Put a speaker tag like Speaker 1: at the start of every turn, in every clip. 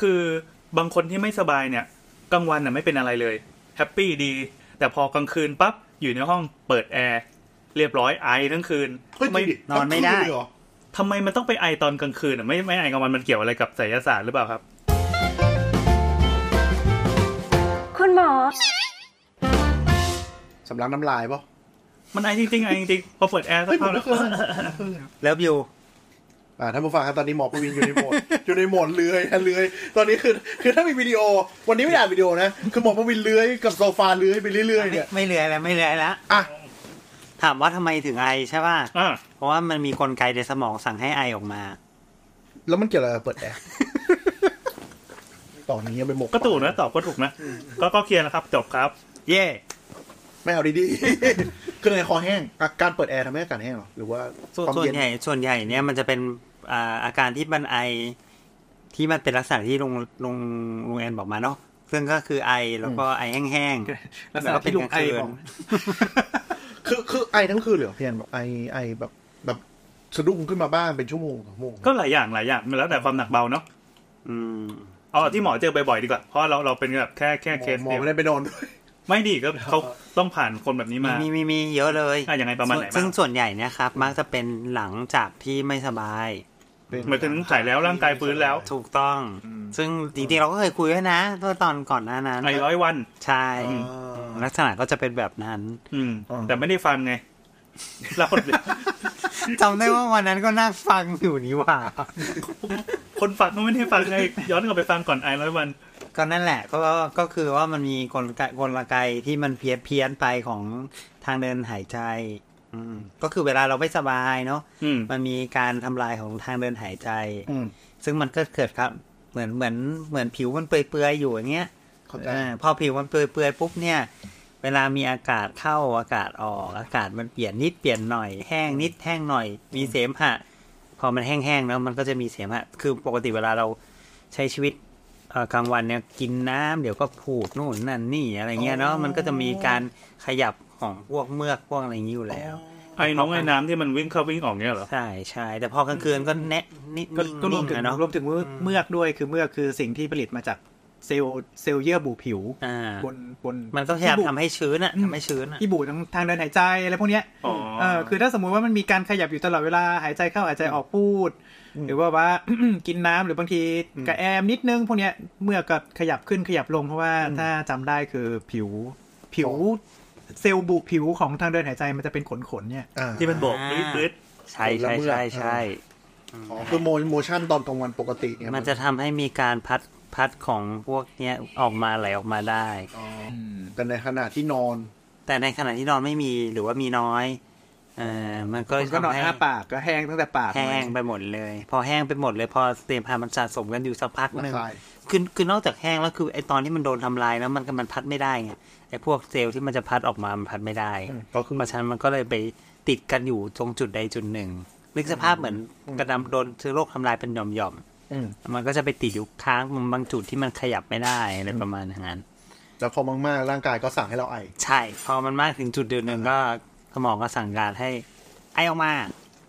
Speaker 1: คือบางคนที่ไม่สบายเนี่ยกลางวันน่ะไม่เป็นอะไรเลยแฮปปี้ดี แต่พอกลางคืนปั๊บอยู่ในห้องเปิดแอร์เรียบร้อยไอทั้งคืน
Speaker 2: เฮ้ย
Speaker 1: ทำไม
Speaker 2: จริงดิ
Speaker 3: นอนไม่ได้
Speaker 2: ทั้งคืเลยเหรอ
Speaker 1: ทำไมมันต้องไปไอตอนกลางคืนอ่ะไม่ไม่ไอกลางวันมันเกี่ยวอะไรกับไสยศาสตร์หรือเปล่าครับ
Speaker 4: คุณหมอ
Speaker 2: สำลักน้ำลายปะ
Speaker 1: มันไอจริงๆไอจริงๆพอเปิดแอร์สัก
Speaker 2: เฮ้ยผ
Speaker 1: พั
Speaker 2: ม
Speaker 1: ก
Speaker 2: ไม่
Speaker 1: แล้ว
Speaker 2: เคยเออ
Speaker 3: เลิฟยู
Speaker 2: อ่าท่านผู้ฟังครับตอนนี้หมอปวินอยู่ในโหมดอยู่ในโหมดเลื้อยฮะเลื้อยตอนนี้คือคือถ้ามีวิดีโอ วันนี้ไม่ได้อัดวิดีโอนะคือหมอปวินเลื้อยกับโซฟาเลื้อยไปเรื่อยๆเนี่ย
Speaker 3: ไม่เหลือแล้วไม่เหลือแล้ว
Speaker 2: อ่ะ
Speaker 3: ถามว่าทำไมถึงไอใช่ป่ะ
Speaker 1: อ่า
Speaker 3: เพราะว่ามันมีกลไกในสมองสั่งให้ไอออกมา
Speaker 2: แล้วมันเกี่ยวอะไรกับเปิดแอร์ตอนนี้ยังไปหมก
Speaker 1: ก็ถูกนะตอบก็ถูกนะก็ก็เคลียร์นะครับจบครับ
Speaker 3: เย่
Speaker 2: ไม่เอาดี ๆคืออะไรคอแห้งอ่ะการเปิดแอร์ทำให้อากาศแห้งเหรอหรือว่า
Speaker 3: ส่วน
Speaker 2: ความ
Speaker 3: ส่วน
Speaker 2: เย็น
Speaker 3: ใหญ่ส่วนใหญ่เนี่ยมันจะเป็นอ่าอาการที่มันไอที่มันเป็นลักษณะที่ลุงลุงลุงแอนบอกมาเนาะซึ่งก็คือไอแล้วก็ไอแห้งๆ
Speaker 1: ลักษณะที่ลุงไอบอก
Speaker 2: คือคือไอทั้งคืนเหรอเพียนแบบไอไอแบบแบบสะดุ้งขึ้นมาบ้างเป็นชั่วโมงสองชั่วโมง
Speaker 1: ก็หลายอย่างหลายอย่างมันแล้วแต่ความหนักเบาเนาะ
Speaker 3: อืม
Speaker 1: เอาที่หมอเจอบ่อยๆดีกว่าเพราะเราเราเป็นแบบแค่แค่เคส
Speaker 2: หมอ
Speaker 1: เดียว
Speaker 2: ไม่ได้ไปนอนด้วย
Speaker 1: ไม่ดีก็เขาต้องผ่านคนแบบนี้มา
Speaker 3: มีมีมีเยอะเลย
Speaker 1: อ่ะยังไงประมาณไหนบ้าง
Speaker 3: ซึ่งส่วนใหญ่เนะครับ มักจะเป็นหลังจากที่ไม่สบาย
Speaker 1: หมายถึงหายแล้วร่างกายฟื้นแล้ว
Speaker 3: ถูกต้อง ซึ่งจริงๆเราก็เคยคุยไว้นะเมื่อตอนก่อนหน้านั้น
Speaker 1: ไอร้อยวัน
Speaker 3: ใช่
Speaker 2: อ่า
Speaker 3: ลักษณะก็จะเป็นแบบนั้น
Speaker 1: อืม
Speaker 2: อ๋อ
Speaker 1: แต่ไม่ได้ฟัง ไงเรา
Speaker 3: จำได้ว่าวันนั้นก็นั่งฟังอยู่นี่หว่า
Speaker 1: คนฟังก็ไม่ได้ฟังไง ย้อนกลับไปฟังก่อนไอร้อยวัน
Speaker 3: ก็นั่นแหละ ก็ก็คือว่ามันมีกลไกกลไกที่มันเพี้ยนเพี้ยนไปของทางเดินหายใจอืมก็คือเวลาเราไม่สบายเนาะ
Speaker 1: อืม
Speaker 3: มันมีการทำลายของทางเดินหายใจ
Speaker 2: อืม
Speaker 3: ซึ่งมันก็เกิดครับ เหมือนเหมือนเหมือนผิวมันเปื่อยๆอยู่อย่างเงี้ย
Speaker 2: เข้าใจ
Speaker 3: อ่าพอผิวมันเปื่อยๆปุ๊บเนี่ย เวลามีอากาศเข้าอากาศออกอากาศมันเปลี่ยนนิดเปลี่ยนหน่อยแห้งนิดแห้งหน่อย มีเสมหะพอมันแห้งๆแล้วมันก็จะมีเสมหะคือปกติเวลาเราใช้ชีวิตเอ่อกลางวันเนี่ยกินน้ำเดี๋ยวก็ผูดนู่นนั่นนี่อะไรเงี้ยเนาะมันก็จะมีการขยับของพวกเมือกพวกอะไรอย่างนี้อยู่แล้ว
Speaker 1: ไอน้องไอน้ำที่มันวิ่งเข้าวิ่งออกเนี่ยเหรอ
Speaker 3: ใช่ใช่แต่พอกลางคืนก็แนะนิด
Speaker 5: ก็
Speaker 3: นิ่งๆ
Speaker 5: ก็รวมถึง
Speaker 3: อะเนาะ
Speaker 5: รวมถึงเมือกเมือกด้วยคือเมือกคือสิ่งที่ผลิตมาจากเซลล์เซลล์เยื่อบุผิว
Speaker 3: อ่า
Speaker 5: บนบน
Speaker 3: มันก็พยายาม
Speaker 5: บุ
Speaker 3: ทำให้ชื้นอะ
Speaker 5: อืม
Speaker 3: ทำให้ชื้นอะ
Speaker 5: ที่บุทั้งทางเดินหายใจอะไรพวกเนี้ย
Speaker 1: อ๋อ
Speaker 5: เออคือถ้าสมมุติว่ามันมีการขยับอยู่ตลอดเวลาหายใจเข้าหายใจออกพูด หรือว่าว่า กินน้ำหรือบางทีกระแอมนิดนึงพวกเนี้ยเมื่อกก็ขยับขึ้นขยับลงเพราะว่าถ้าจำได้คือผิวผิว เซลล์บุผิวของทางเดินหายใจมันจะเป็นขนๆเนี่ย
Speaker 2: อ่า
Speaker 1: ที่มันโบก
Speaker 3: อ่า
Speaker 1: ปื๊ดปื๊ด
Speaker 3: ใช่
Speaker 2: ละ
Speaker 3: ใช่
Speaker 2: เมือก
Speaker 3: ใช่ใช่
Speaker 2: อ๋อคือโมโมชั่นตอนกลางวันปกติเนี่ย
Speaker 3: มันจะทำให้มีการพัดพัดของพวกเนี้ยออกมาไหลออกมาได้
Speaker 2: แต่ในขณะที่นอน
Speaker 3: แต่ในขณะที่นอนไม่มีหรือว่ามีน้อยเออมันก็
Speaker 5: มันก็นอน
Speaker 3: ทำให้
Speaker 5: อ้าปากก็แห้งตั้งแต่ปาก
Speaker 3: แห้งไปหมดเลย พอแห้งไปหมดเลยพอเตรียมพามันสะสมกันอยู่สักพักหนึ่ง
Speaker 2: ระคาย
Speaker 3: คือคือนอกจากแห้งแล้วคือไอตอนที่มันโดนทำลายแล้วมันก็มันพัดไม่ได้ไงไอพวกเซลล์ที่มันจะพัดออกมามันพัดไม่ได้
Speaker 2: ก็คือ
Speaker 3: เพราะฉะนั้นมันก็เลยไปติดกันอยู่ตรงจุดใดจุดหนึ่งนึกสภาพเหมือนกระดำโดนเชื้อโรคทำลายเป็นหย่อมๆ
Speaker 2: อืม
Speaker 3: มันก็จะไปติดอยู่ค้างบางจุดที่มันขยับไม่ได้อะไรประมาณนั้น
Speaker 2: แล้วพอมากๆร่างกายก็สั่งให้เราไอ
Speaker 3: ใช่ พอมันมากถึงจุดเดือนหนึ่งก็สมองก็สั่งการให้ไอออกมา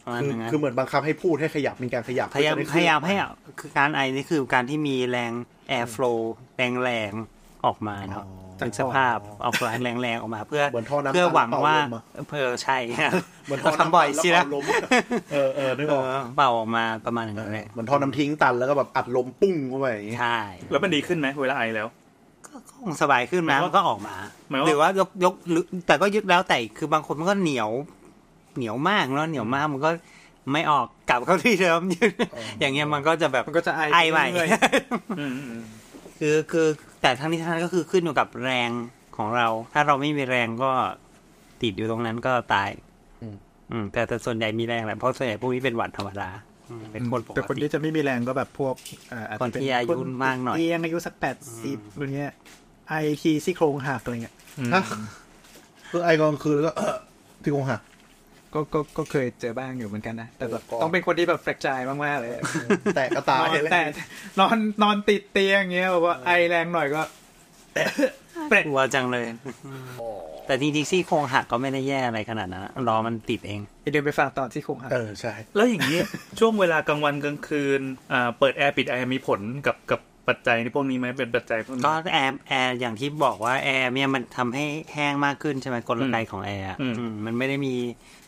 Speaker 3: ประมาณ
Speaker 2: คือ
Speaker 3: นั้น
Speaker 2: คือเหมือนบังคับให้พูดให้ขยับมีการขยับ
Speaker 3: พยายาม
Speaker 2: เพื่อจะได้
Speaker 3: พยายามให้อ่ะคือการไอนี่คือการที่มีแรงแอร์ฟลูแรงแรงๆออกมาเนาะจากสภาพออกแรงแรงๆออกมาเพื่อ
Speaker 2: เหมือนท่อน้ำ
Speaker 3: เพื่อหวัง
Speaker 2: ตัน
Speaker 3: ว่า
Speaker 2: เป่ลมอะ
Speaker 3: เพื่อใช่
Speaker 2: เหมือนท่อ
Speaker 3: เรา
Speaker 2: น้ำตัน
Speaker 3: ทำบ่อยสิ
Speaker 2: แล้
Speaker 3: นะ
Speaker 2: วเป่าลม เออเออนึก
Speaker 3: เอ
Speaker 2: ออก
Speaker 3: อเป่าออกมาประมาณนั้นเลย
Speaker 2: เหมือนท่อน้ำทิ้งตันแล้วก็แบบอัดลมปุ้งเข้าไปอย่างงี้
Speaker 3: ใช่
Speaker 1: แล้วมันดีขึ้นไหมเวลาไอแล้ว
Speaker 3: ก็ก็คงสบายขึ้น
Speaker 1: ห
Speaker 3: นะ
Speaker 1: มายว่า
Speaker 3: มันก็ออกมา
Speaker 1: หมายว่า
Speaker 3: หรือว่ายกยกหรือแต่ก็ยึดแล้วแต่คือบางคนมันก็เหนียว เหนียวมากเนาะเหนียวมากมันก็ไม่ออกกลับเข้าที่เดิม ยืดอย่างเงี้ยมันก็จะแบบ
Speaker 5: มันก็จะไอ
Speaker 3: ไอใหม่
Speaker 5: เรื่อย
Speaker 1: อืมอืมอืม
Speaker 3: คือคือแต่ทั้งนี้ทั้งนั้นก็คือขึ้นอยู่กับแรงของเรา ถ้าเราไม่มีแรงก็ติดอยู่ตรงนั้นก็ตาย อืมแต่แต่ส่วนใหญ่มีแรงแหละเพราะส่วนใหญ่พวกนี้เป็นหวัดธรรมดาอืมเป็นคนปก
Speaker 5: แต่คน
Speaker 3: ติ
Speaker 5: ที่จะไม่มีแรงก็แบบพวกเอ่ออาจ
Speaker 3: คน
Speaker 5: จะเป็น
Speaker 3: ที่อายุมากหน่อย
Speaker 5: เตียงอายุสักแปดสิบอะไรเงี้ยไอทีซี่โครงหักอะไรเงี้ย
Speaker 2: ฮะคือไอกลางคืนแล้วก็ ที่คงหัก
Speaker 5: ก็ก็ก็เคยเจอบ้างอยู่เหมือนกันนะ แต่แบบ
Speaker 2: ก็
Speaker 5: ต้องเป็นคนที่แบบแฟกจายมากๆเลย
Speaker 2: แตกกระตาน
Speaker 5: อน
Speaker 2: ยเลย
Speaker 5: แต่นอนนอนติดเตียงเงี้ยแบบว่าไอแรงหน่อยก็
Speaker 3: กลัวจังเลย แต่จริงๆซี่โครงหักก็ไม่ได้แย่อะไรขนาดนั้นรอมันติดเอง
Speaker 5: อย่าลืมไปฟังตอนซี่โครงหัก
Speaker 2: เออใช่
Speaker 1: แล้วอย่างนี้ ช่วงเวลากลางวันกลางคืนอ่าเปิดแอร์ปิดแอร์มีผลกับกับ ปัจจัยในพวกนี้ไหมเป็นปัจจัยพวกนี้
Speaker 3: ก็แอร์แอร์อย่างที่บอกว่าแอร์เนี่ยมันทำให้แห้งมากขึ้นใช่ไหมกลไกของแอร์อะ
Speaker 1: อืม
Speaker 3: อืมมันไม่ได้มี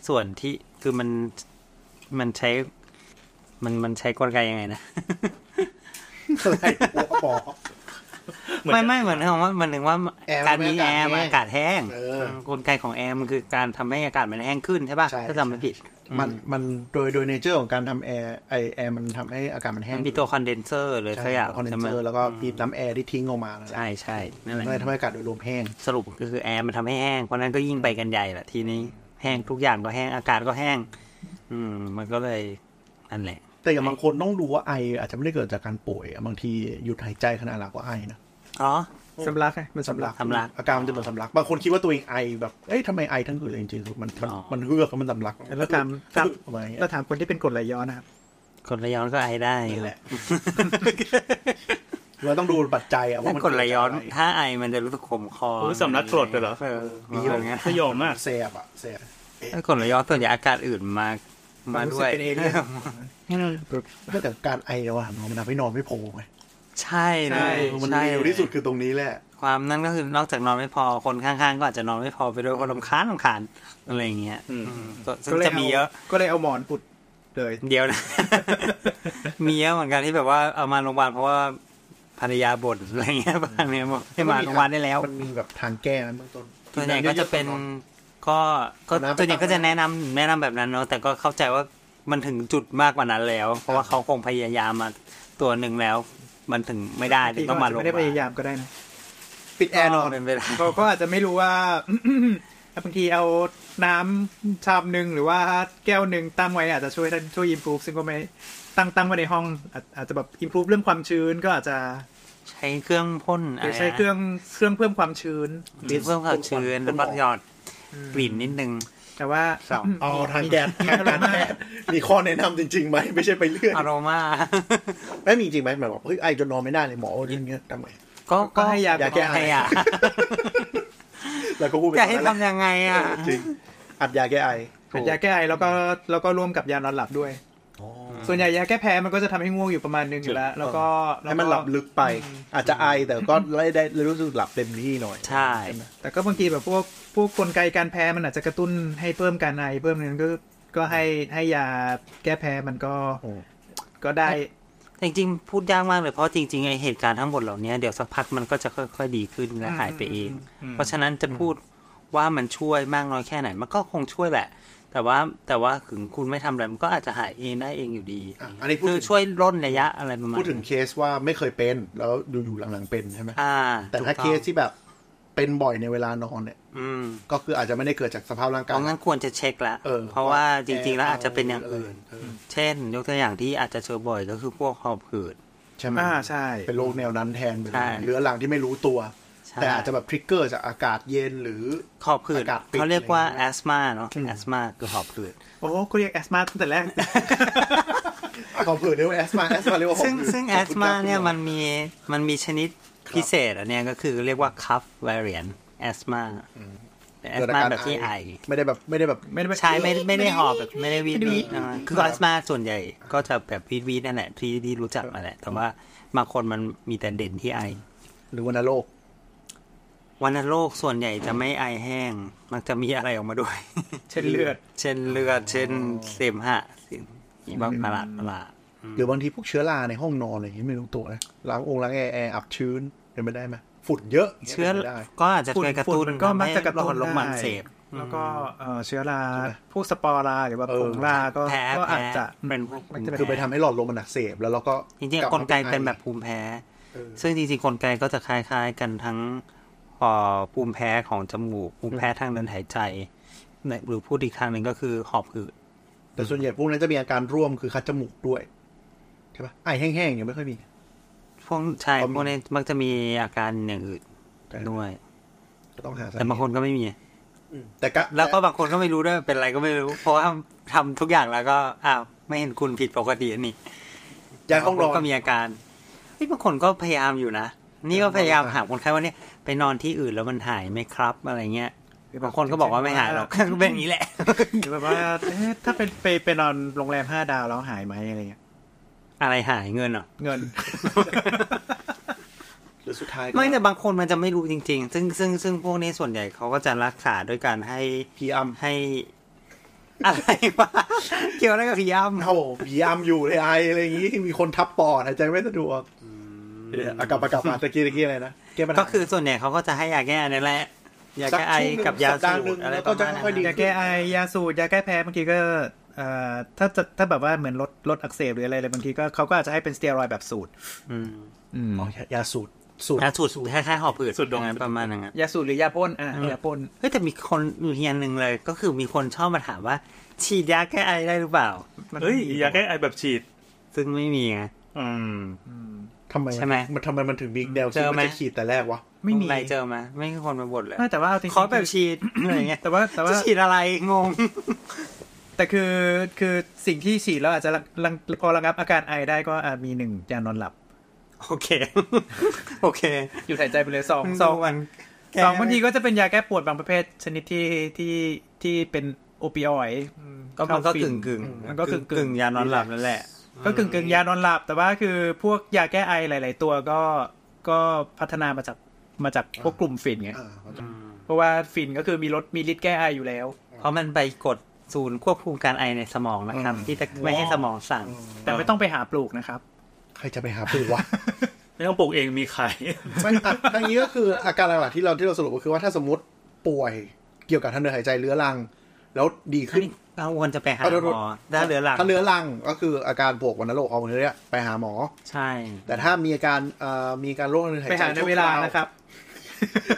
Speaker 3: ส่วนที่คือมันมันใช้ มันมันใช้กลไกยังไงนะ
Speaker 2: อะไรหัวปอ
Speaker 1: เหมือน
Speaker 3: ไม่ไม่เหมือนคำว่ามันถึงว่า
Speaker 2: แอร์
Speaker 3: การมี
Speaker 2: มัน
Speaker 3: แอ
Speaker 2: ไม่
Speaker 3: ร์มันอา
Speaker 2: อาาก
Speaker 3: กา
Speaker 2: ศ
Speaker 3: ศ
Speaker 2: แห้
Speaker 3: แห้
Speaker 2: ง
Speaker 3: ง
Speaker 2: เออก
Speaker 3: ลไกของแอร์มันคือการทำให้อากาศมันแห้งขึ้นใช่ป่ะ
Speaker 2: ใช่
Speaker 3: ถ้าจำไม่ผิด
Speaker 2: มันมันโดยโดยเนเจอร์ของการทำแอร์ไอแอร์มันทำให้อากาศมันแห้
Speaker 3: มั
Speaker 2: ง
Speaker 3: นมีตัวคอนเดนเซอร์หรือสักอย่าง
Speaker 2: คอนเดน
Speaker 3: ใช่ไหม
Speaker 2: เซอร์แล้วก็มีน้ำแอร์ที่ทิ้งออกมานั่นแหละ
Speaker 3: ใช่ใช่นั่น
Speaker 2: มัน
Speaker 3: แห
Speaker 2: ก็เลย
Speaker 3: ละ
Speaker 2: ทำให้อากาศโดยรวมแห้ง
Speaker 3: สรุปก็คือแอร์มันทำให้แห้ง เพราะนั้นก็ยิ่งไปกันใหญ่แหละทีนี้แห้งทุกอย่างก็แห้งอากาศก็แห้ง อืม มันก็เลยนั่นแหละ
Speaker 2: แต่อย่างบางคนต้องดูว่าไออาจจะไม่ได้เกิดจากการป่วยอะบางทีหยุดหายใจขณะหลักก็ไอนะ
Speaker 3: อ๋อ
Speaker 5: สำลักไงมันสำลัก
Speaker 3: สำลัก
Speaker 2: อาการมันจะเหมือนสำลักบางคนคิดว่าตัวเองไอแบบเอ้ยทำไมไอทั้งคืนเลยจริงๆคือมันมัน
Speaker 3: อ๋อ
Speaker 2: มันเฮือกมันสำลัก
Speaker 5: แล้วถามถาม
Speaker 2: ประมาณนี้
Speaker 5: เราถามคนที่เป็นกรดไหลย้อนนะครับ
Speaker 3: คนระยอนก็ไอได้
Speaker 2: นี่แหละเราต้องดูปัจจัยอะว่า
Speaker 3: ถ้า
Speaker 2: มัน
Speaker 3: กดระยอน
Speaker 2: เกิดจาก
Speaker 3: ถ้าไอมันจะรู้สึกขมคอ
Speaker 1: โอ้ยสำลักกรดเลยเหรอ
Speaker 3: เออ
Speaker 2: อะไรมี
Speaker 3: มีอย่างเงี้ย
Speaker 1: สยองมาก
Speaker 2: แสบอะแสบ
Speaker 3: ถ้ากดระยอนส่วนใหญ่อากาศอื่นมา มาด้วย
Speaker 5: เป็นเอเลี่ยน
Speaker 2: เนื่องจากการไอเราอะมันทำให้นอนไม่พอไง
Speaker 3: ใช่นะ
Speaker 5: ใช่
Speaker 2: เออมัน
Speaker 3: ใช่
Speaker 2: เลวที่สุดคือตรงนี้แหละ
Speaker 3: ความนั่นก็คือนอกจากนอนไม่พอคนข้างๆ ก็อาจจะนอนไม่พอไปด้วยคนรำคาญรำคาญอะไรอย่างเงี้ย
Speaker 1: อืม
Speaker 3: อืมก็ซึ่ง
Speaker 5: ก็เลย
Speaker 3: จะมีเยอะ
Speaker 5: ก็เลยเอาหมอนปุดเลย
Speaker 3: เดียวนะ มีเยอะเหมือนกันที่แบบว่าเอามาโรงพยาบาลเพราะว่าภรรยาบ่นอะไรเงี้ย บ้างเนี่ยบอกให้มาโรงพยาบาลได้แล้ว
Speaker 2: มันมีแบบทางแก้นะเบื้องต้น
Speaker 3: ส่วนใหญ่ก็จะเป็นก็ก็
Speaker 2: เอาน้ำไป
Speaker 3: ส่วนใหญ่ก็
Speaker 2: ตั้งไว้
Speaker 3: จะแนะนำแนะนำแบบนั้นเนาะแต่ก็เข้าใจว่ามันถึงจุดมากกว่านั้นแล้ว เพราะว่าเขาคงพยายามมาตัวหนึ่งแล้ว มันถึงไม่ได้ถึง
Speaker 5: ที่
Speaker 3: ต้องมา
Speaker 5: จ
Speaker 3: โรง
Speaker 5: จะ
Speaker 3: พยา
Speaker 5: ไม่ได้พยา
Speaker 3: บาล
Speaker 5: ยามก็ได้นะ
Speaker 2: ปิดแอร์นอน
Speaker 3: เป็นไปได้
Speaker 5: เขาก็อาจจะไม่รู้ว่า บางทีเอาน้ำชามหนึ่งหรือว่าแก้วหนึ่งตั้งไว้อาจจะช่วยช่วยอิมพูฟซึ่งก็ไม่ตั้งตั้งไว้ในห้องอาจอาจจะแบบอิมพูฟเรื่องความชื้นก็อาจจะ
Speaker 3: ใช้เครื่องพ่น
Speaker 5: หรือใช้เครื่องเครื่องเพิ่มความชื้น
Speaker 3: หรือเครื่องขับชื้นแล้วก็หยอดกลิ่นนิดนึง
Speaker 5: แต่ว่า
Speaker 2: สาวเอาทางแดดทางการแพทย์มีข้อแนะนำจริงๆไหมไม่ใช่ไปเรื่อย
Speaker 3: อารมา
Speaker 2: ไม่มีจริงไหมหมายบอกเฮ้ยไอจนนอนไม่ได้เลยหมอว่าอย่างเงี้ยทำไง
Speaker 3: ก็
Speaker 5: ก็ให้ยา
Speaker 2: แก้ไอ
Speaker 3: ให้ยา
Speaker 2: แล้วก็พูดไป
Speaker 3: จะ
Speaker 2: ตาม
Speaker 3: ให้
Speaker 2: นั้นแหละ
Speaker 3: ทำยังไงอ่ะ
Speaker 2: จริงอัดยาแก้ไอ
Speaker 5: อัดยาแก้ไอแล้วก็แล้วก็ร่วมกับยานอนหลับด้วย ส่วนใหญ่ยาแก้แพ้มันก็จะทำให้ง่วงอยู่ประมาณหนึงอยู่แล้ว แล้วก็
Speaker 2: ให้มันหลับลึกไป อาจจะไอแต่ก็ได้ได้รู้สึกหลับเต็มที่หน่อย
Speaker 3: ใช่
Speaker 2: ไหม
Speaker 5: แต่ก็บางทีแบบพวกพวกกลไกการแพ้มันอาจจะกระตุ้นให้เพิ่มการไอเพิ่มนึงก็ก็ให้ให้ยาแก้แพ้มันก็
Speaker 2: อืม
Speaker 5: ก็ได้
Speaker 3: จริงๆพูดยากมากเลยเพราะจริงๆไอเหตุการณ์ทั้งหมดเหล่านี้เดี๋ยวสักพักมันก็จะค่อยๆดีขึ้นและหายไปเอง
Speaker 1: อืม
Speaker 3: เพราะฉะนั้นจะพูดว่ามันช่วยมากน้อยแค่ไหน มันก็คงช่วยแหละ แต่ว่าแต่ว่าถึงคุณไม่ทำอะไรมันก็อาจจะหายเองได้เองอยู่ดี
Speaker 2: อ่ะอันนี้พูด
Speaker 3: คือ
Speaker 2: ถึง
Speaker 3: ช่วยร่นระยะอะไรประมาณ
Speaker 2: พูดถึงเคสว่าไม่เคยเป็นแล้วอยู่ๆหลังๆเป็นใช่ไหม
Speaker 3: อ่า
Speaker 2: แต่ถ้า
Speaker 3: ถูกอง
Speaker 2: เคสที่แบบเป็นบ่อยในเวลานอนเนี่ย
Speaker 3: อืม
Speaker 2: ก็คืออาจจะไม่ได้เกิดจากสภาพร่าง
Speaker 3: เพ
Speaker 2: กาย
Speaker 3: ราะงั้นควรจะเช็คละ
Speaker 2: เออ
Speaker 3: เพราะว่าจริงๆแล้วอาจจะเป็นอย่างอื่น
Speaker 2: เอ
Speaker 3: เช่น ยกตัวอย่างที่อาจจะเจอบ่อยก็คือพวกหอบหืด
Speaker 2: ใช่ไหม
Speaker 5: อ่าใช่
Speaker 2: เป็นโรคแนวนั้นแทนไปเล
Speaker 3: ใช่
Speaker 2: ยเรื้อรังที่ไม่รู้ตัว
Speaker 3: ใช่
Speaker 2: แต่อาจจะแบบทริกเกอร์จากอากาศเย็นหรือ
Speaker 3: ขอบผืด
Speaker 2: อากาศปิด
Speaker 3: เขาเรียกว่า
Speaker 2: อะไร
Speaker 3: แอ
Speaker 2: เงี้ย
Speaker 3: สมาเนาะแอสมาคือขอบผืด
Speaker 5: โอ้ก็เรียกแอสมาตั้งแต่แรก
Speaker 2: ขอเผื่อเรียกว่าแอสมาแอสมาเรียกว่า
Speaker 3: ซึ่ง
Speaker 2: ขผื่
Speaker 3: ซึ่งแอสมาเนี่ย
Speaker 2: ขอบ
Speaker 3: มันมีมันมีชนิดพิเศษอันเนี้ยก็คือเรียกว่าคัฟไวรีนแอสมาแอ
Speaker 2: คุ
Speaker 3: ส
Speaker 2: ณครั
Speaker 3: มา
Speaker 2: เกิดกร
Speaker 3: แบบที่ไอ
Speaker 2: ไม่ได้แบบไม่ได้แบบ
Speaker 5: ไม่ได้ไป
Speaker 3: ใช่ไม่ไม่ได้หอบแบบไม่ได้วีดวีดอ่าคือแอสมาส่วนใหญ่ก็จะแบบวีดวีดนั่นแหละที่ที่รู้จักนั่นแหละ แต่ว่าบางคนมันมีแต่เด่นที่ไอ
Speaker 2: หรือวัณโรค
Speaker 3: วันโรคส่วนใหญ่จะไม่ไอแห้ง มักจะมีอะไรออกมาด้วย
Speaker 5: เช่นเลือด
Speaker 3: เช่นเลือดเช่นเสมหะสิ่งอีบางประหลาดประหลาด
Speaker 2: หรือบางทีพวกเชื้อราในห้องนอนอะไรอย่างงี้ไม่รู้ตัวนะล้างองค์ล้างแอร์แอร์อับชื้นเป็นไปได้ไหมฝุ่นเยอะ
Speaker 3: เชื้อ
Speaker 2: ป็นไปได้
Speaker 3: ก็อาจจะ
Speaker 5: ฝุ่น
Speaker 3: ไปกระ
Speaker 5: ฝุ่
Speaker 3: ตุ้
Speaker 5: น
Speaker 3: น
Speaker 5: มันก็มักจะกระ
Speaker 3: ทำให้
Speaker 5: ตุ้น
Speaker 3: หลอดลม
Speaker 5: ได้
Speaker 3: อักเสพ
Speaker 5: แล้วก็เอ่อเชื้อราพวกสปอร์ราหรือว่า
Speaker 2: เอ
Speaker 5: ผ
Speaker 2: อ
Speaker 5: งราก็
Speaker 3: แพ้
Speaker 5: ก็อา
Speaker 3: แพ้
Speaker 5: จจะ
Speaker 3: เป็นพวก
Speaker 5: มันจะเป็น
Speaker 2: คือไปทำให้หลอดลมมันอักเสบแล้วเราก็
Speaker 3: จริง
Speaker 2: ลั
Speaker 3: ๆกล
Speaker 2: มา
Speaker 3: ไกเป็น
Speaker 2: ไอ
Speaker 3: แบบภูมิแพ้
Speaker 2: เออ
Speaker 3: ซึ่งจริงๆกลไกก็จะคล้ายๆกันทั้งเอ่อภูมิแพ้ของจมูกภูมิแพ้ทางเดินหายใจในหรือพูดอีกทางหนึ่งก็คือหอบหืด
Speaker 2: แต่ส่วนใหญ่พวกนั้นจะมีอาการร่วมคือคัดจมูกด้วยใช่ปะไอแห้งๆยังไม่ค่อยมี
Speaker 3: พวกชาย
Speaker 2: อ๋อมี
Speaker 3: พวกนี้มักจะมีอาการอย่างอื่นด้วย
Speaker 2: ก็ต้องหาสา
Speaker 3: แต่บางคนก็ไม่มี
Speaker 2: อืมแต่ก็
Speaker 3: แล้วก็บางคนก็ไม่รู้ด้วยเป็นอะไรก็ไม่รู้ เพราะว่าทำทุกอย่างแล้วก็อ้าวไม่เห็นคุณผิดปกตินี่
Speaker 2: ย้ายห้องนอน
Speaker 3: บคก็มีอาการเฮ้ยบางคนก็พยายามอยู่นะ นี่ก็พยายามถามคนไข้ว่าเนี่ยไปนอนที่อื่นแล้วมันหายไหมครับ อะไรเงี้ย บางคนก็บอกว่าไม่หายหรอก ก็ เป็นอย่างนี้แหละ
Speaker 5: หรือแบบว่า เอ๊ะถ้าเป็นไปไปนอนโรงแรมห้าดาวแล้วหายไหมอะไรเงี้ย
Speaker 3: อะไรหายเงินเหรอ
Speaker 5: เงิน
Speaker 2: ท้ายก็
Speaker 3: ไม่แต่บางคนมันจะไม่รู้จริง ๆ ซึ่งซึ่งซึ่งพวกนี้ส่วนใหญ่เขาก็จะรักษาด้วยการให้
Speaker 2: พีอัม
Speaker 3: ให้อะไรวะเกี่ยวอะไรกับพี่ย่ำ
Speaker 2: เท่าพีอัมอยู่ในไออะไรอย่างงี้มีคนทับปอดหายใจไม่สะดวกเดี๋ยวอากลับมากลับมาตะกี้ตะกี้อะไรนะแก้ปัญหา
Speaker 3: ก็คือส่วนเนี่ยเขาก็จะให้ยาแก้อันนั่นแหละยาแก้ไอกับยาสูบอะไรประ
Speaker 2: สัปดา
Speaker 3: มาณ
Speaker 2: ห์หนึ่งแล้วก็จะค่อยๆดี
Speaker 3: นั้น
Speaker 5: ยาแก้ไอยาสูตรยาแก้แพ้บางทีก็เอ่อถ้าจะถ้าแบบว่าเหมือนลดลดอักเสบหรืออะไรเลยบางทีก็เขาก็อาจจะให้เป็นสเตียรอยด์แบบสูตร
Speaker 3: อืม
Speaker 5: อืม
Speaker 2: อ๋อยาสูตรสูตร
Speaker 3: ยาสูตรคล้ายๆหอบหืด
Speaker 1: สูตรดม
Speaker 3: อย่างนั้นประมาณนั้นอะ
Speaker 5: ยาสูตรหรือยาพ่นอ่ะยาพ่น
Speaker 3: เฮ้ยแต่มีคนอยู่เฮียนหนึ่งเลย ก็คือมีคนชอบมาถามว่า ฉีดยาแก้ไอได้หรือเปล่า
Speaker 1: เฮ้ยยาแก้ไอแบบฉีด
Speaker 3: ซึ่งไม่มีไง
Speaker 1: อืม
Speaker 2: ทำไม
Speaker 3: ใช่ไหม
Speaker 2: มันทำไมมันถึงมีแนว
Speaker 3: เจ
Speaker 2: ที่
Speaker 3: อไหม
Speaker 2: มันจะขีดแต่แรกวะ
Speaker 5: ไม่มี
Speaker 3: ใครเจอไหมาไม่มีคนมาบ่นเลย
Speaker 5: ไม่แต่ว่าเอาจริงๆ
Speaker 3: ขอแบบฉีดอะไรเงี้ย
Speaker 5: แต่ว่าแต่ว่า
Speaker 3: จะฉีดอะไรงง
Speaker 5: แต่คือคือสิ่งที่ฉีดแล้วอาจจะระระพอระงับอาการไอได้ก็อาจมีหนึ่งยานอนหลับ
Speaker 3: โอเค โอเค
Speaker 5: หยุดหายใจไปเลยสองสอง
Speaker 3: วัน
Speaker 5: สองบางทีก็จะเป็นยาแก้ปวดบางประเภทชนิดที่ที่ที่เป็นโอปิออยด์
Speaker 3: ก็มันก็
Speaker 5: เข้าฟิ
Speaker 3: กึ่งกึ่ง
Speaker 5: มันก็กึ่งๆ
Speaker 3: กึ่งยานอนหลับนั่นแหละ
Speaker 5: ก็กึ่งกึ่งยานอนหลับ แต่ว่าคือพวกยาแก้ไอหลาย ๆ ตัวก็ก็พัฒนามาจากมาจากพวกกลุ่มฟินไง
Speaker 2: อ่าเข้าใจ
Speaker 5: เพราะว่าฟินก็คือมีรสมีฤทธิ์แก้ไออยู่แล้ว
Speaker 3: เพราะมันไปกดศูนย์ควบคุมการไอในสมองนะครับ ที่จะไม่ให้สมองสั่ง
Speaker 5: แต่ไม่ต้องไปหาปลูกนะครับ
Speaker 2: ใครจะไปหาปลูกวะ
Speaker 1: ไม่ต้องปลูกเองมี ขาย
Speaker 2: ไม่อ่ะดังนี้ก็คืออาการหลักๆที่เราที่เราสรุปก็คือว่าถ้าสมมติป่วยเกี่ยวกับทางเดินหายใจเรื้อรัง แล้วดีขึ้น
Speaker 3: เราควรจะไปหา
Speaker 2: เออ
Speaker 3: ห
Speaker 2: โท
Speaker 3: ม
Speaker 2: ษ
Speaker 3: อด้านเรือหลัง
Speaker 2: ถ้าเรื้อรังก็คืออาการปวกวัณโรคเอาเนื้อไปหาหมอ
Speaker 3: ใช่
Speaker 2: แต่ถ้ามีอาการเอ่อมีการโรคทางเดินหาย
Speaker 5: ไป
Speaker 2: ใจ
Speaker 5: หาในเวลานะครับ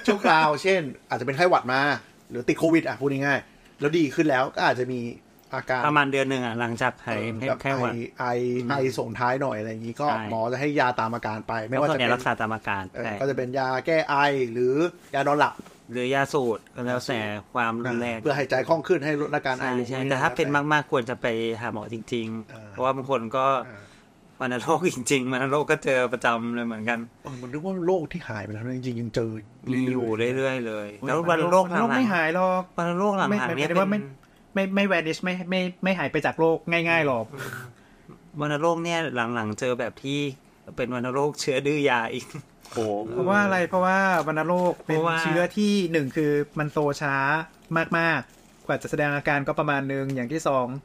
Speaker 2: ชั่วคราว เช่น อาจจะเป็นไข้หวัดมา หรือติดโควิดอ่ะพูดง่ายๆแล้วดีขึ้นแล้วก็อาจจะมีอาการ
Speaker 3: ประมาณเดือนหนึ่งอ่ะหลังจากหายแค่
Speaker 2: แบบ
Speaker 3: แค่หวัด
Speaker 2: ไอไอไอส่งท้ายหน่อยอะไรอย่างนี้ก็
Speaker 3: ใช่
Speaker 2: หมอจะให้ยาตามอาการไปไม่
Speaker 3: แล้ว
Speaker 2: ว่า
Speaker 3: ส่วน
Speaker 2: จะ
Speaker 3: ใหญ่
Speaker 2: เป็น
Speaker 3: รักษาตามอาการ
Speaker 2: เออ
Speaker 3: ใช่
Speaker 2: ก็จะเป็นยาแก้ไอหรือยานอนหลับ
Speaker 3: หรือยาสูตรก็แล้วแต่ความรุนแรง
Speaker 2: เพื่อให้ใจคล่องขึ้นให้ลดอาการไอ
Speaker 3: ใช่
Speaker 2: ลง
Speaker 3: ใช่
Speaker 2: อยๆ
Speaker 3: แต่ถ้าเป็น
Speaker 2: ล้ว
Speaker 3: มากๆควรจะไปหาหมอจริง
Speaker 2: เออ
Speaker 3: ๆ เพราะว่าบางคนก็มันโรคจริง ๆ มันโรคก็เจอประจำเลยเหมือนกัน
Speaker 2: เออมันนึกว่าโรคที่หายไปแล้วนะจริงๆยังเจอ
Speaker 3: อยู่เรื่อยๆเลย แล้ว
Speaker 5: มั
Speaker 3: วันโรคห
Speaker 5: โรค
Speaker 3: ลัง
Speaker 5: ไม่หายหรอก
Speaker 3: ๆวันโรคหลัง
Speaker 5: ไม่
Speaker 3: ๆเนี่ย
Speaker 5: ไม่ได้
Speaker 3: เป็
Speaker 5: ว่า
Speaker 3: น
Speaker 5: ไม่ไม่แวนิชไม่ไม่ไม่หายไปจากโรคง่ายๆหรอก
Speaker 3: วัณโรคเนี่ยหลังๆเจอแบบที่เป็นวัณโรคเชื้อดื้อยาอีก
Speaker 1: โอ้
Speaker 5: เพราะว่าอะไรเพราะว่าวัณโรคเป็น
Speaker 3: เพราะว่า
Speaker 5: เชื้อที่หนึ่งคือมันโตช้ามากๆ กว่าจะแสดงอาการก็ประมาณหนึงอย่างที่สอง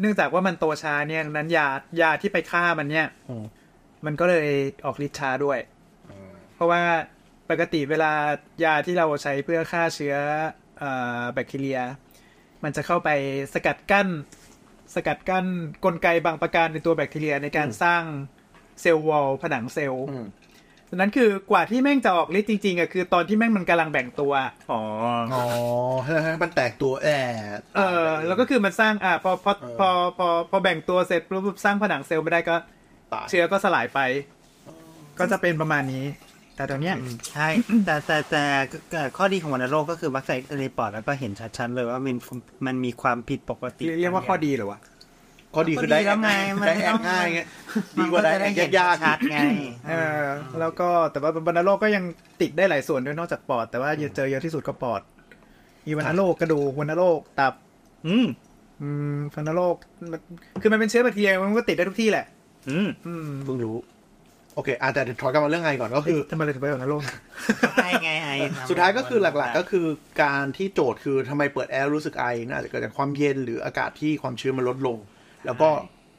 Speaker 5: เนื่องจากว่ามันโตช้าเนี่ยดังนั้นยายาที่ไปฆ่ามันเนี่ยมันก็เลยออกฤทธิ์ช้าด้วย เพราะว่าปกติเวลายาที่เราใช้เพื่อฆ่าเชื้อเอ่อแบคทีเรีย มันจะเข้าไปสกัดกั้น สกัดกั้นกลไกบางประการในตัวแบคทีเรียในการสร้างเซลล์วอลผนังเซลล์ ดังนั้นคือกว่าที่แม่งจะออกฤทธิ์จริงๆอะคือตอนที่แม่งมันกำลังแบ่งตัว
Speaker 1: อ๋อ
Speaker 2: อ๋ อมันแตกตัวแอะ
Speaker 5: เออแล้วก็คือมันสร้างอ่าพอพอพอพอพอแบ่งตัวเสร็จปุ๊บสร้างผนังเซลล์ไม่ได้ก็
Speaker 2: ตาย
Speaker 5: เชื้อก็สลายไป ก็จะเป็นประมาณนี้ แต่ตอนเนี้ย
Speaker 3: ใช่ แต่แต่แต่แต่ข้อดีของวัณโรคก็คือวัคซีนรีปอร์ตแล้วก็เห็นชัดๆเลยว่ามันมันมีความผิดปกติ
Speaker 5: เรียกว่าข้อดีเหรอวะ
Speaker 2: ข้อดีคือได้
Speaker 3: ข้อดีแล้วไงมัน
Speaker 2: ได้
Speaker 3: ไม่
Speaker 2: แอ
Speaker 3: ต้อง
Speaker 2: บง่ายไง
Speaker 3: มั
Speaker 2: ดี
Speaker 3: น
Speaker 2: กว่าได้
Speaker 3: จะ
Speaker 2: แอบ
Speaker 3: เห็น
Speaker 2: ยาก
Speaker 3: ชัดๆไง
Speaker 5: เออแล้วก็แต่ว่าวัณโรคก็ยังติดได้หลายส่วนด้วยนอกจากปอด แต่ว่าเจอเยอะที่สุดก็ปอด มีวัณโรคกระดูกวัณโรคตับ
Speaker 1: อืม
Speaker 5: อืมวัณโรคมันคือมันเป็นเชื้อแบคทีเรียมันก็ติดได้ทุกที่แหละ
Speaker 1: อืม
Speaker 5: อืม
Speaker 2: เพิ่งรู้ โอเคอ่ะแต่เดี๋ยวถอยกลับมาเรื่องไอก่อนก็คือ
Speaker 5: ทำไมเราถึงไปวัณโรค
Speaker 3: ไอไงไอ
Speaker 2: สุดท้ายก็คือหลักๆ ก็คือการที่โจทย์คือทำไมเปิดแอร์รู้สึกไอน่าจะเกิดจากความเย็นหรืออากาศที่ความชื้นมันลดลง แล้วก็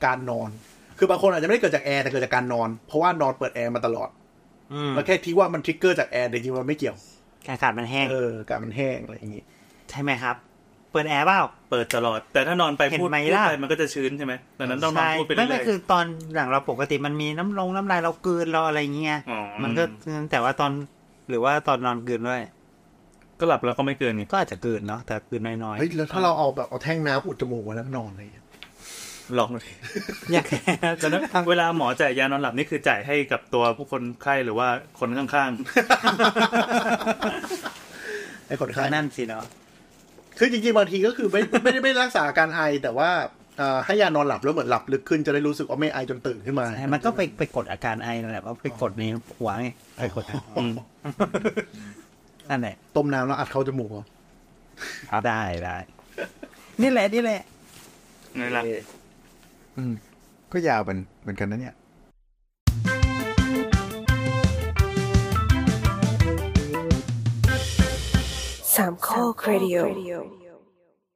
Speaker 2: การนอน คือบางคนอาจจะไม่ได้เกิดจากแอร์แต่เกิดจากการนอน เพราะว่านอนเปิดแอร์มาตลอด
Speaker 3: อืม
Speaker 2: มันแค่ที่ว่ามันทริกเกอร์จากแอร์แต่จริงๆมันไม่เกี่ยว
Speaker 3: อากาศมันแห้ง
Speaker 2: เอออากาศมันแห้งอะไรอย่างงี้
Speaker 3: ใช่ไหมครับ เปิดแอร์เปล่า
Speaker 1: เปิดตลอด แต่ถ้านอนไป
Speaker 3: เห็น
Speaker 1: พูด
Speaker 3: ไหม
Speaker 1: พูด
Speaker 3: ล่ะ
Speaker 1: ไปมันก็จะชื้นใช่ไหมดังนั้นต้องนอน
Speaker 3: ใช่
Speaker 1: พูดไปเรื่
Speaker 3: ไม่
Speaker 1: อย
Speaker 3: ไม่คือตอนหลังเราปกติมันมีน้ำลงน้ำลายเรากลืนเราอะไรอย่างเงี้ย
Speaker 1: อ๋อ
Speaker 3: มันก็แต่ว่าตอนหรือว่าตอนนอนกลืนด้วย
Speaker 1: ก็หลับแล้วก็ไม่เกินไง
Speaker 3: ก็อาจจะกลืนเนาะแต่กลืนน้อย
Speaker 2: เฮ้ยแล้วถ้าเราเอาแบบเอาแท่งน้ำอุดจมูกไว้แล้วนอนอะไรอย่างเงี้ย
Speaker 1: ลองดูดิ
Speaker 3: ๆอยาก
Speaker 1: ดัง นั้นเวลาหมอจ่ายยานอนหลับนี่คือจ่ายให้กับตัวผู้คนไข้หรือว่าคนข้าง
Speaker 2: ไอ้คนไข้
Speaker 3: นั่นสิเนาะ
Speaker 2: คือจริงๆบางทีก็คือไม่ ไม่ได้ไม่ได้รักษาอาการไอแต่ว่าเอ่อให้ยานอนหลับแล้วเหมือนหลับลึกขึ้นจะได้รู้สึกว่าไม่ไอจนตื่นขึ้นมา
Speaker 3: ใช่มันก็ไปไปกดอาการไอนั่นแหละว่าไปกดในหัวไง
Speaker 2: ไอคนไข้
Speaker 1: ๆอืม
Speaker 3: นั่นแหละ
Speaker 2: ต้มน้ำแล้วอัดเข้าจมูกเหรอ
Speaker 3: ได้ได้ นี่แหละนี่แหละ
Speaker 1: ไงล่ะ
Speaker 5: ก็ยาวเหมือนเหมือนกันนะเนี่ย
Speaker 4: สามข้อครดิโอ